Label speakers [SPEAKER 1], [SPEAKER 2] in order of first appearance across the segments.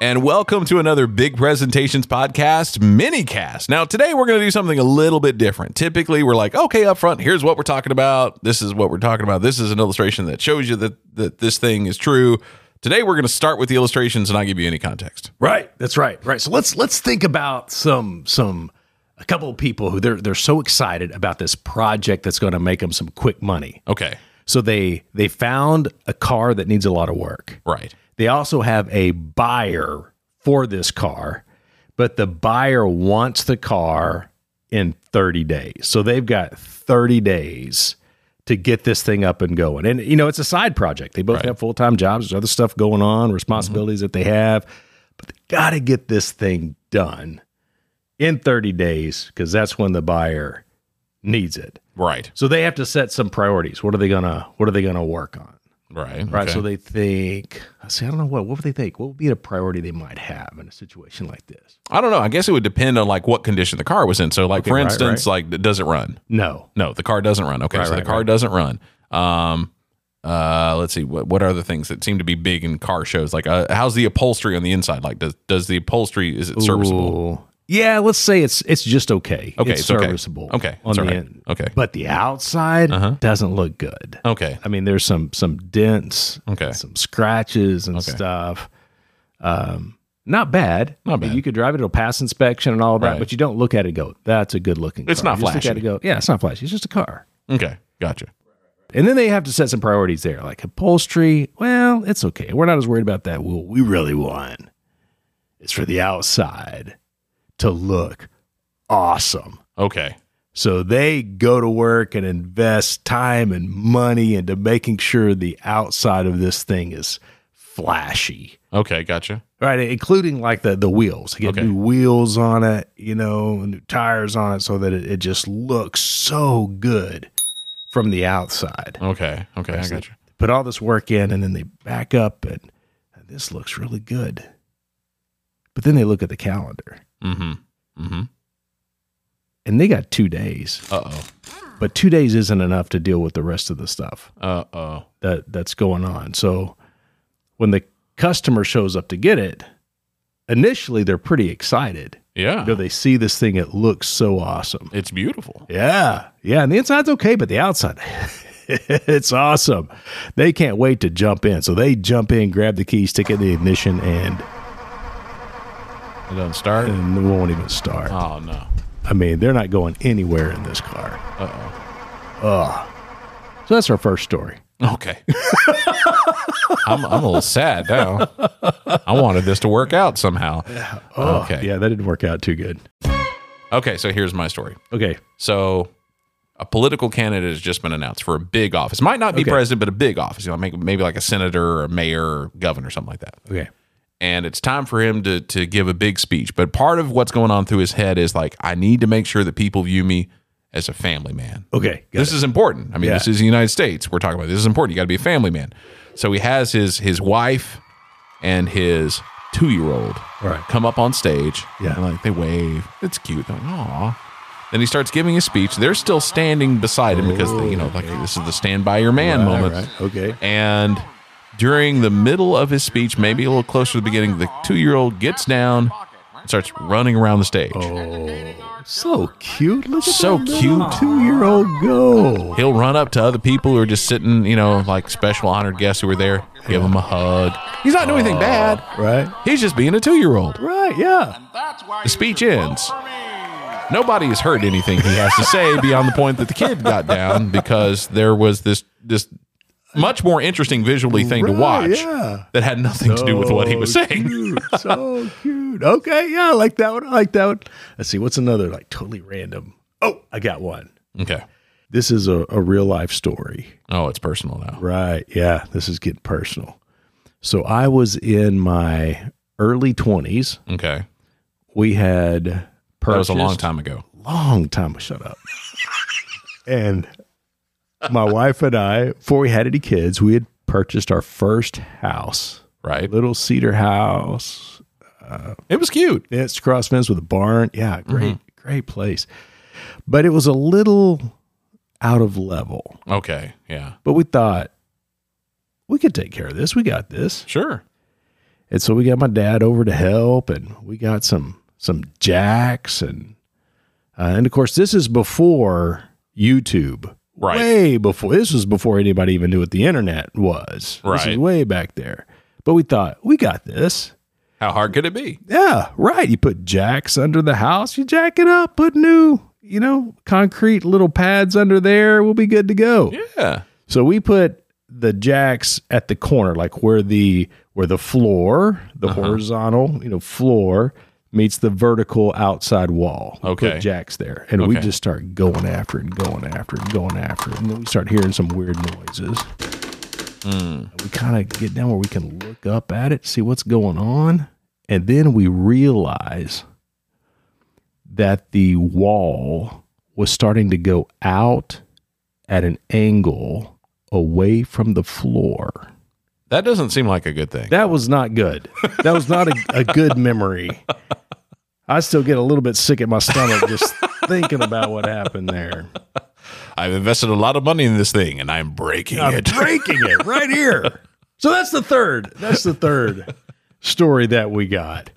[SPEAKER 1] and welcome to another Big Presentations podcast mini cast. Now, today we're going to do something a little bit different. Typically, we're like, okay, up front, here's what we're talking about. This is what we're talking about. This is an illustration that shows you that, that this thing is true. Today, we're going to start with the illustrations and not give you any context.
[SPEAKER 2] Right. That's right. Right. So let's let's think about some some a couple of people who they're they're so excited about this project that's going to make them some quick money.
[SPEAKER 1] Okay.
[SPEAKER 2] So they they found a car that needs a lot of work.
[SPEAKER 1] Right.
[SPEAKER 2] They also have a buyer for this car, but the buyer wants the car in 30 days. So they've got 30 days to get this thing up and going. And you know, it's a side project. They both have full-time jobs, there's other stuff going on, responsibilities that they have, but they got to get this thing done in 30 days cuz that's when the buyer needs it.
[SPEAKER 1] Right.
[SPEAKER 2] So they have to set some priorities. What are they going to what are they going to work on?
[SPEAKER 1] Right.
[SPEAKER 2] Right.
[SPEAKER 1] okay.
[SPEAKER 2] So they think, I see, I don't know what, what would they think? What would be a priority they might have in a situation like this?
[SPEAKER 1] I don't know. I guess it would depend on like what condition the car was in. So, like for
[SPEAKER 2] right,
[SPEAKER 1] instance, like does it run?
[SPEAKER 2] No.
[SPEAKER 1] No, the car doesn't run. Okay, so the
[SPEAKER 2] right,
[SPEAKER 1] car doesn't run. Um, uh, let's see. What what are the things that seem to be big in car shows? Like, uh, how's the upholstery on the inside? Like, does does the upholstery is it serviceable?
[SPEAKER 2] Ooh. Yeah, let's say it's it's just okay.
[SPEAKER 1] Okay,
[SPEAKER 2] it's,
[SPEAKER 1] it's okay.
[SPEAKER 2] serviceable.
[SPEAKER 1] Okay, it's Uh-huh.
[SPEAKER 2] on the
[SPEAKER 1] all right.
[SPEAKER 2] end.
[SPEAKER 1] Okay.
[SPEAKER 2] but the outside doesn't look good.
[SPEAKER 1] Okay,
[SPEAKER 2] I mean, there's some some dents,
[SPEAKER 1] Okay.
[SPEAKER 2] some scratches and stuff. Um, not bad.
[SPEAKER 1] Not bad.
[SPEAKER 2] You could drive it; it'll pass inspection and all of that.
[SPEAKER 1] Right.
[SPEAKER 2] But you don't look at it. and Go, that's a good looking.
[SPEAKER 1] It's
[SPEAKER 2] car.
[SPEAKER 1] not
[SPEAKER 2] You just look at
[SPEAKER 1] flashy.
[SPEAKER 2] it and go, yeah, it's not flashy. It's just a car.
[SPEAKER 1] okay, gotcha.
[SPEAKER 2] And then they have to set some priorities there, like upholstery. Well, it's okay. We're not as worried about that. What we really want is for the outside to look awesome.
[SPEAKER 1] Okay,
[SPEAKER 2] So they go to work and invest time and money into making sure the outside of this thing is flashy.
[SPEAKER 1] okay, gotcha.
[SPEAKER 2] Right, including like the the wheels. Get
[SPEAKER 1] Okay.
[SPEAKER 2] new wheels on it, you know, new tires on it so that it, it just looks so good from the outside
[SPEAKER 1] Okay, okay, I gotcha.
[SPEAKER 2] put all this work in and then they back up and this looks really good. But then they look at the calendar
[SPEAKER 1] Mm-hmm. Mm-hmm.
[SPEAKER 2] and they got two days,
[SPEAKER 1] Uh oh.
[SPEAKER 2] but two days isn't enough to deal with the rest of the stuff
[SPEAKER 1] Uh oh.
[SPEAKER 2] that, that's going on. So when the customer shows up to get it, initially they're pretty excited.
[SPEAKER 1] Yeah.
[SPEAKER 2] You know, they see this thing, it looks so awesome.
[SPEAKER 1] It's beautiful.
[SPEAKER 2] Yeah. Yeah. And the inside's okay, but the outside, it's awesome. They can't wait to jump in. So they jump in, grab the keys, stick it in the ignition, and,
[SPEAKER 1] It doesn't start.
[SPEAKER 2] and it won't even start.
[SPEAKER 1] Oh no.
[SPEAKER 2] I mean, they're not going anywhere in this car.
[SPEAKER 1] Uh
[SPEAKER 2] So that's our first story.
[SPEAKER 1] oh. Okay. I'm I'm a little sad now. I wanted this to work out somehow. okay.
[SPEAKER 2] Yeah, Oh, that didn't work out too good.
[SPEAKER 1] Okay, so here's my story.
[SPEAKER 2] Okay.
[SPEAKER 1] So a political candidate has just been announced for a big office. Might not be
[SPEAKER 2] Okay.
[SPEAKER 1] president, but a big office. You know, maybe, maybe like a senator or a mayor or governor, something like that.
[SPEAKER 2] Okay.
[SPEAKER 1] And it's time for him to to give a big speech. But part of what's going on through his head is like, I need to make sure that people view me as a family man.
[SPEAKER 2] Okay. got
[SPEAKER 1] This is important. I mean,
[SPEAKER 2] Yeah.
[SPEAKER 1] this is the United States we're talking about. This is important. You got to be a family man. So he has his his wife and his two year old
[SPEAKER 2] All right.
[SPEAKER 1] come up on stage.
[SPEAKER 2] Yeah.
[SPEAKER 1] and like they wave. It's cute. They're like, aw. Then he starts giving his speech. They're still standing beside him because they, you know, like this is the stand by your man
[SPEAKER 2] All
[SPEAKER 1] moment.
[SPEAKER 2] right. Okay.
[SPEAKER 1] And during the middle of his speech, maybe a little closer to the beginning, the two year old gets down and starts running around the stage.
[SPEAKER 2] Oh, So cute. Look at
[SPEAKER 1] So cute.
[SPEAKER 2] Two year old go.
[SPEAKER 1] He'll run up to other people who are just sitting, you know, like special honored guests who were there, give them a hug. He's not doing anything bad.
[SPEAKER 2] Right.
[SPEAKER 1] He's just being a two year old.
[SPEAKER 2] Right. Yeah.
[SPEAKER 1] The speech ends. Nobody has heard anything he has to say beyond the point that the kid got down because there was this this much more interesting visually thing to
[SPEAKER 2] Right,
[SPEAKER 1] watch
[SPEAKER 2] yeah.
[SPEAKER 1] that had nothing to do with what he was
[SPEAKER 2] So
[SPEAKER 1] saying.
[SPEAKER 2] cute, so cute. Okay, yeah, I like that one. I like that one. Let's see, what's another like totally random? Oh, I got one.
[SPEAKER 1] Okay.
[SPEAKER 2] This is a, a real life story.
[SPEAKER 1] Oh, it's personal now.
[SPEAKER 2] Right. Yeah, this is getting personal. So I was in my early 20s.
[SPEAKER 1] Okay.
[SPEAKER 2] We had purchased
[SPEAKER 1] That was a long time ago.
[SPEAKER 2] long time. Shut up. and my wife and I, before we had any kids, we had purchased our first house,
[SPEAKER 1] Right.
[SPEAKER 2] little cedar house.
[SPEAKER 1] It was cute.
[SPEAKER 2] It's cross fence with a barn. Yeah,
[SPEAKER 1] Mm-hmm.
[SPEAKER 2] great, great place. But it was a little out of level.
[SPEAKER 1] Okay. Yeah.
[SPEAKER 2] But we thought we could take care of this. We got this.
[SPEAKER 1] Sure.
[SPEAKER 2] And so we got my dad over to help, and we got some some jacks, and uh, and of course this is before YouTube,
[SPEAKER 1] Right.
[SPEAKER 2] Way before this was before anybody even knew what the internet was. This
[SPEAKER 1] Right.
[SPEAKER 2] is way back there. But we thought we got this.
[SPEAKER 1] How hard could it be?
[SPEAKER 2] Yeah, right. You put jacks under the house, you jack it up, put new, you know, concrete little pads under there. We'll be good to go.
[SPEAKER 1] Yeah.
[SPEAKER 2] So we put the jacks at the corner, like where the where the floor, the
[SPEAKER 1] Uh-huh.
[SPEAKER 2] horizontal, you know, floor meets the vertical outside wall. We
[SPEAKER 1] Okay.
[SPEAKER 2] put jacks there, and we
[SPEAKER 1] Okay.
[SPEAKER 2] just start going after it, and going after it, and going after it, and then we start hearing some weird noises.
[SPEAKER 1] Hmm.
[SPEAKER 2] And we kind of get down where we can look up at it, see what's going on, and then we realize that the wall was starting to go out at an angle away from the floor.
[SPEAKER 1] That doesn't seem like a good thing.
[SPEAKER 2] That was not good. That was not a, a good memory. I still get a little bit sick at my stomach just thinking about what happened there.
[SPEAKER 1] I've invested a lot of money in this thing and I'm breaking
[SPEAKER 2] I'm
[SPEAKER 1] it.
[SPEAKER 2] breaking it right here. So that's the third. That's the third story that we got.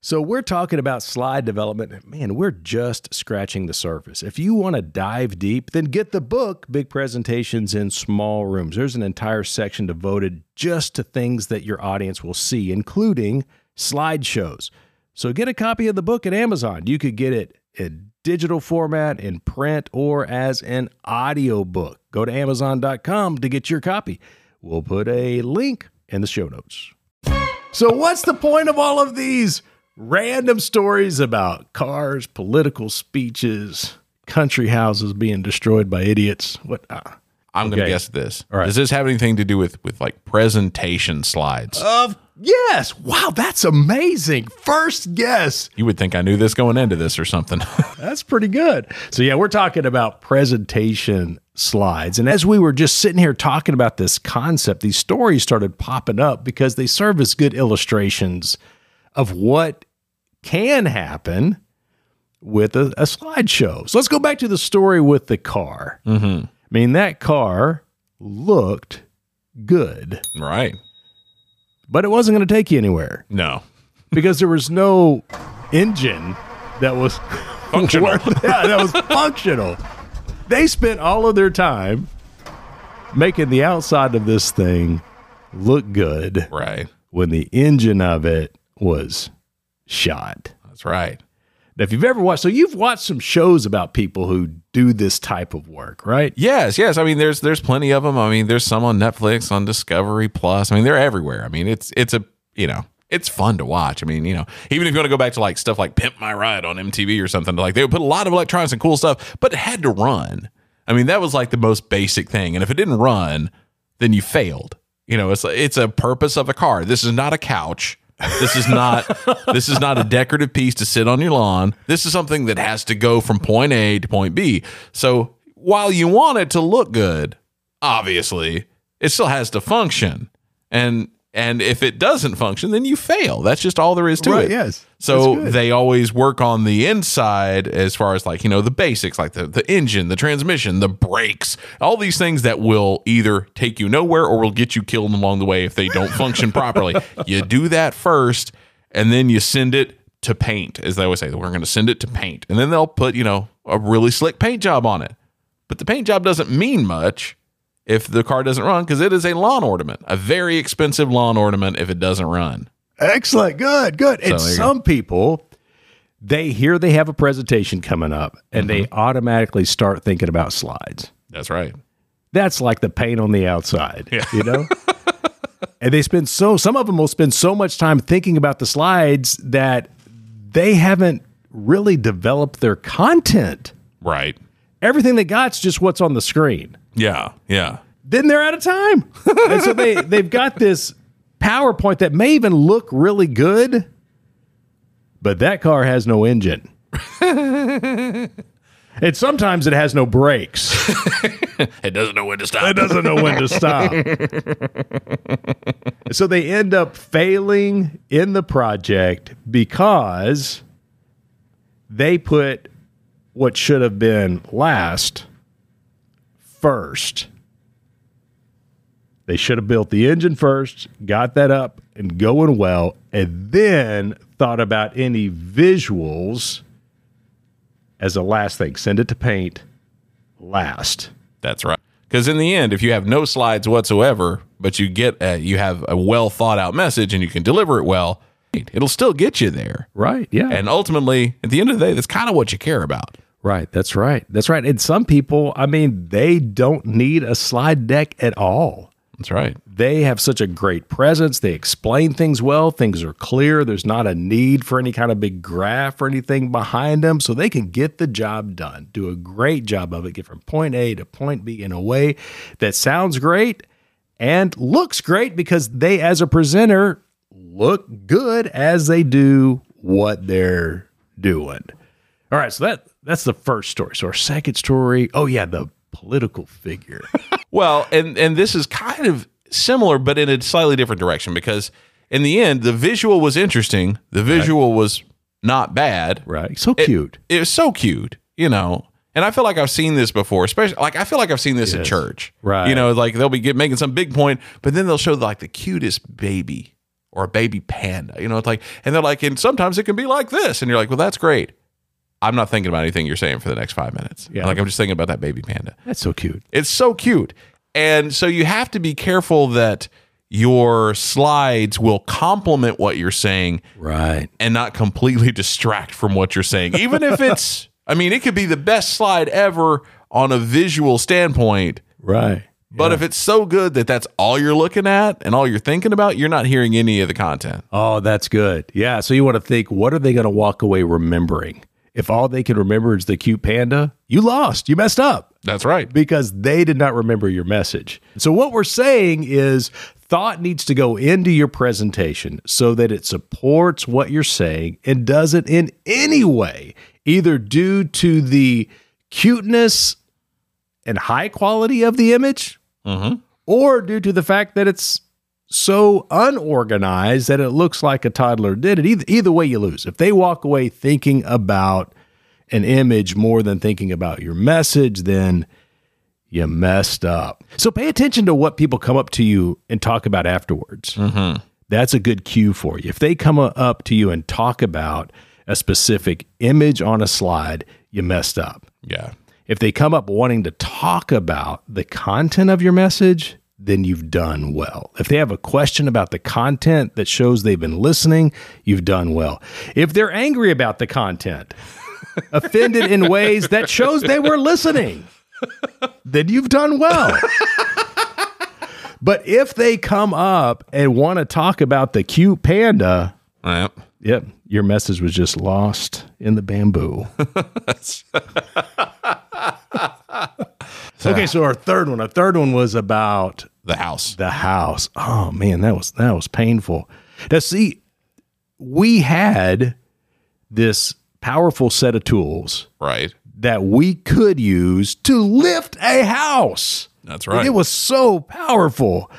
[SPEAKER 2] So we're talking about slide development. Man, we're just scratching the surface. If you want to dive deep, then get the book Big Presentations in Small Rooms. There's an entire section devoted just to things that your audience will see, including slideshows. So get a copy of the book at Amazon. You could get it in digital format, in print, or as an audiobook. Go to amazon.com to get your copy. We'll put a link in the show notes. So, what's the point of all of these random stories about cars, political speeches, country houses being destroyed by idiots? What? Uh,
[SPEAKER 1] I'm going to
[SPEAKER 2] Okay.
[SPEAKER 1] guess this.
[SPEAKER 2] All right.
[SPEAKER 1] Does this have anything to do with with like presentation slides?
[SPEAKER 2] of yes! Wow, that's amazing. First guess.
[SPEAKER 1] you would think I knew this going into this or something.
[SPEAKER 2] That's pretty good. So yeah, we're talking about presentation slides. And as we were just sitting here talking about this concept, these stories started popping up because they serve as good illustrations of what can happen with a, a slideshow. So let's go back to the story with the car. I
[SPEAKER 1] mm-hmm.
[SPEAKER 2] mean, that car looked good,
[SPEAKER 1] Right.
[SPEAKER 2] but it wasn't going to take you anywhere
[SPEAKER 1] No.
[SPEAKER 2] because there was no engine that was
[SPEAKER 1] Functional.
[SPEAKER 2] worth- yeah, that was functional. They spent all of their time making the outside of this thing look good
[SPEAKER 1] right.
[SPEAKER 2] when the engine of it was shot.
[SPEAKER 1] That's right.
[SPEAKER 2] Now, if you've ever watched, so you've watched some shows about people who do this type of work, right?
[SPEAKER 1] Yes, yes. I mean, there's there's plenty of them. I mean, there's some on Netflix, on Discovery Plus. I mean, they're everywhere. I mean, it's it's a you know it's fun to watch. I mean, you know, even if you want to go back to like stuff like Pimp My Ride on MTV or something, like they would put a lot of electronics and cool stuff, but it had to run. I mean, that was like the most basic thing. And if it didn't run, then you failed. You know, it's it's a purpose of a car. This is not a couch. This is not this is not a decorative piece to sit on your lawn. This is something that has to go from point A to point B. So while you want it to look good, obviously, it still has to function. And and if it doesn't function, then you fail. That's just all there is to it.
[SPEAKER 2] yes.
[SPEAKER 1] So
[SPEAKER 2] That's good.
[SPEAKER 1] they always work on the inside as far as like, you know, the basics like the, the engine, the transmission, the brakes, all these things that will either take you nowhere or will get you killed along the way if they don't function properly. You do that first and then you send it to paint, as they always say. We're going to send it to paint. And then they'll put, you know, a really slick paint job on it. But the paint job doesn't mean much if the car doesn't run because it is a lawn ornament, a very expensive lawn ornament if it doesn't run.
[SPEAKER 2] Excellent. Good. Good. and
[SPEAKER 1] there you
[SPEAKER 2] some people, they hear they have a presentation coming up and they
[SPEAKER 1] Mm-hmm.
[SPEAKER 2] automatically start thinking about slides.
[SPEAKER 1] That's right.
[SPEAKER 2] that's like the paint on the outside, you know? and they spend so, some of them will spend so much time thinking about the slides that they haven't really developed their content.
[SPEAKER 1] Right.
[SPEAKER 2] Everything they got's just what's on the screen.
[SPEAKER 1] Yeah, yeah.
[SPEAKER 2] Then they're out of time. and so they, they've got this PowerPoint that may even look really good, but that car has no engine. and sometimes it has no brakes.
[SPEAKER 1] It doesn't know when to stop.
[SPEAKER 2] doesn't know when to stop. so they end up failing in the project because they put what should have been last first. They should have built the engine first, got that up, and going well, and then thought about any visuals as a last thing. Send it to paint last.
[SPEAKER 1] That's right. Because in the end, if you have no slides whatsoever, but you get a, you have a well thought out message and you can deliver it well, it'll still get you there.
[SPEAKER 2] Right. Yeah.
[SPEAKER 1] And ultimately, at the end of the day, that's kind of what you care about.
[SPEAKER 2] right. That's right. That's right. And some people, I mean, they don't need a slide deck at all.
[SPEAKER 1] That's right.
[SPEAKER 2] They have such a great presence. They explain things well. Things are clear. There's not a need for any kind of big graph or anything behind them. So they can get the job done, do a great job of it, get from point A to point B in a way that sounds great and looks great because they, as a presenter, look good as they do what they're doing. All right. So that that's the first story. So our second story. Oh, yeah. The political figure.
[SPEAKER 1] Well, and and this is kind of similar, but in a slightly different direction because in the end, the visual was interesting. The visual was not bad.
[SPEAKER 2] right. So cute.
[SPEAKER 1] It was so cute, you know. And I feel like I've seen this before, especially like I feel like I've seen this at
[SPEAKER 2] Yes.
[SPEAKER 1] church,
[SPEAKER 2] Right.
[SPEAKER 1] You know, like they'll be get, making some big point, but then they'll show like the cutest baby or a baby panda, you know. It's like, and they're like, and sometimes it can be like this, and you're like, well, that's great. I'm not thinking about anything you're saying for the next five minutes.
[SPEAKER 2] Yeah.
[SPEAKER 1] like I'm just thinking about that baby panda.
[SPEAKER 2] That's so cute.
[SPEAKER 1] It's so cute. And so you have to be careful that your slides will complement what you're saying
[SPEAKER 2] Right.
[SPEAKER 1] and not completely distract from what you're saying. Even if it's, I mean, it could be the best slide ever on a visual standpoint.
[SPEAKER 2] Right.
[SPEAKER 1] But if it's so good that that's all you're looking at and all you're thinking about, you're not hearing any of the content.
[SPEAKER 2] Oh, that's good. Yeah. So you want to think, what are they going to walk away remembering? If all they can remember is the cute panda, you lost. You messed up
[SPEAKER 1] That's right.
[SPEAKER 2] because they did not remember your message. So what we're saying is thought needs to go into your presentation so that it supports what you're saying and doesn't in any way either due to the cuteness and high quality of the image
[SPEAKER 1] Mhm.
[SPEAKER 2] or due to the fact that it's so unorganized that it looks like a toddler did it. Either, either way, you lose. If they walk away thinking about an image more than thinking about your message, then you messed up. So pay attention to what people come up to you and talk about afterwards. That's a good cue for you. If they come up to you and talk about a specific image on a slide, you messed up.
[SPEAKER 1] Yeah.
[SPEAKER 2] If they come up wanting to talk about the content of your message, then you've done well. If they have a question about the content that shows they've been listening, you've done well. If they're angry about the content, offended in ways that shows they were listening, then you've done well. But if they come up and want to talk about the cute panda,
[SPEAKER 1] Yep.
[SPEAKER 2] Yep, your message was just lost in the bamboo. okay, so our third one, our third one was about
[SPEAKER 1] The house.
[SPEAKER 2] the house. Oh man, that was that was painful. Now see, we had this powerful set of tools
[SPEAKER 1] Right.
[SPEAKER 2] that we could use to lift a house.
[SPEAKER 1] That's right.
[SPEAKER 2] It was so powerful.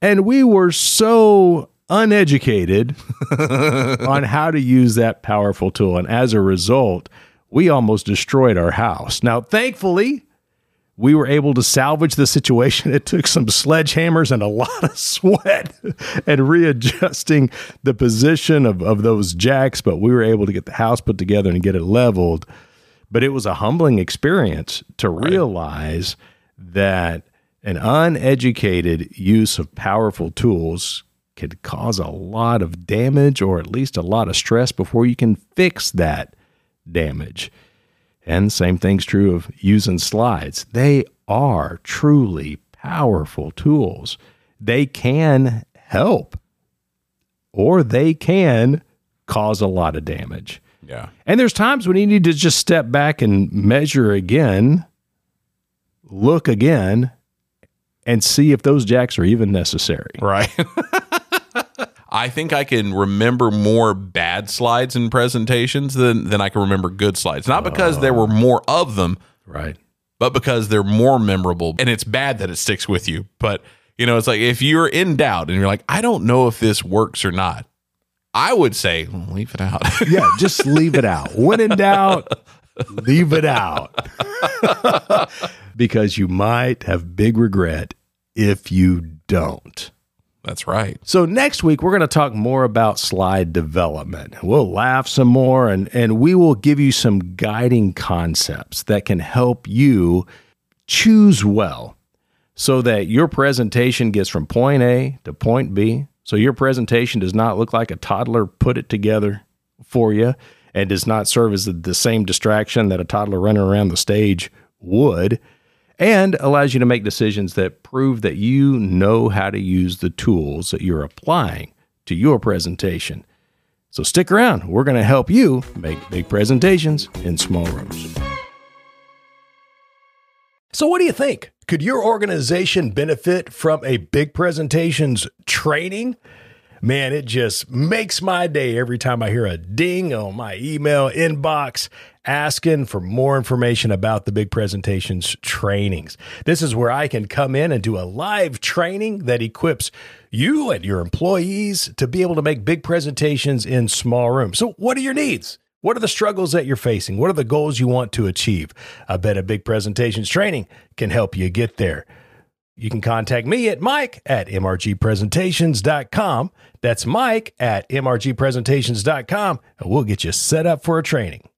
[SPEAKER 2] And we were so uneducated on how to use that powerful tool. And as a result, we almost destroyed our house. Now, thankfully, we were able to salvage the situation. It took some sledgehammers and a lot of sweat and readjusting the position of, of those jacks, but we were able to get the house put together and get it leveled. But it was a humbling experience to realize that an uneducated use of powerful tools could cause a lot of damage or at least a lot of stress before you can fix that damage. And same thing's true of using slides. They are truly powerful tools. They can help or they can cause a lot of damage.
[SPEAKER 1] yeah.
[SPEAKER 2] And there's times when you need to just step back and measure again, look again, and see if those jacks are even necessary.
[SPEAKER 1] Right. I think I can remember more bad slides and presentations than than I can remember good slides. Not because there were more of them,
[SPEAKER 2] Right.
[SPEAKER 1] but because they're more memorable. And it's bad that it sticks with you. But you know, it's like if you're in doubt and you're like, I don't know if this works or not, I would say "Mm, leave it out.
[SPEAKER 2] Yeah, just leave it out. When in doubt, leave it out. because you might have big regret if you don't.
[SPEAKER 1] That's right.
[SPEAKER 2] So next week we're going to talk more about slide development. We'll laugh some more and and we will give you some guiding concepts that can help you choose well so that your presentation gets from point A to point B. So your presentation does not look like a toddler put it together for you and does not serve as the, the same distraction that a toddler running around the stage would and allows you to make decisions that prove that you know how to use the tools that you're applying to your presentation. So stick around. We're going to help you make big presentations in small rooms.
[SPEAKER 3] So, what do you think? Could your organization benefit from a big presentations training? Man, it just makes my day every time I hear a ding on my email inbox asking for more information about the big presentations trainings. This is where I can come in and do a live training that equips you and your employees to be able to make big presentations in small rooms. So, what are your needs? What are the struggles that you're facing? What are the goals you want to achieve? I bet a big presentations training can help you get there. You can contact me at mike at mrgpresentations.com. That's mike at mrgpresentations.com, and we'll get you set up for a training.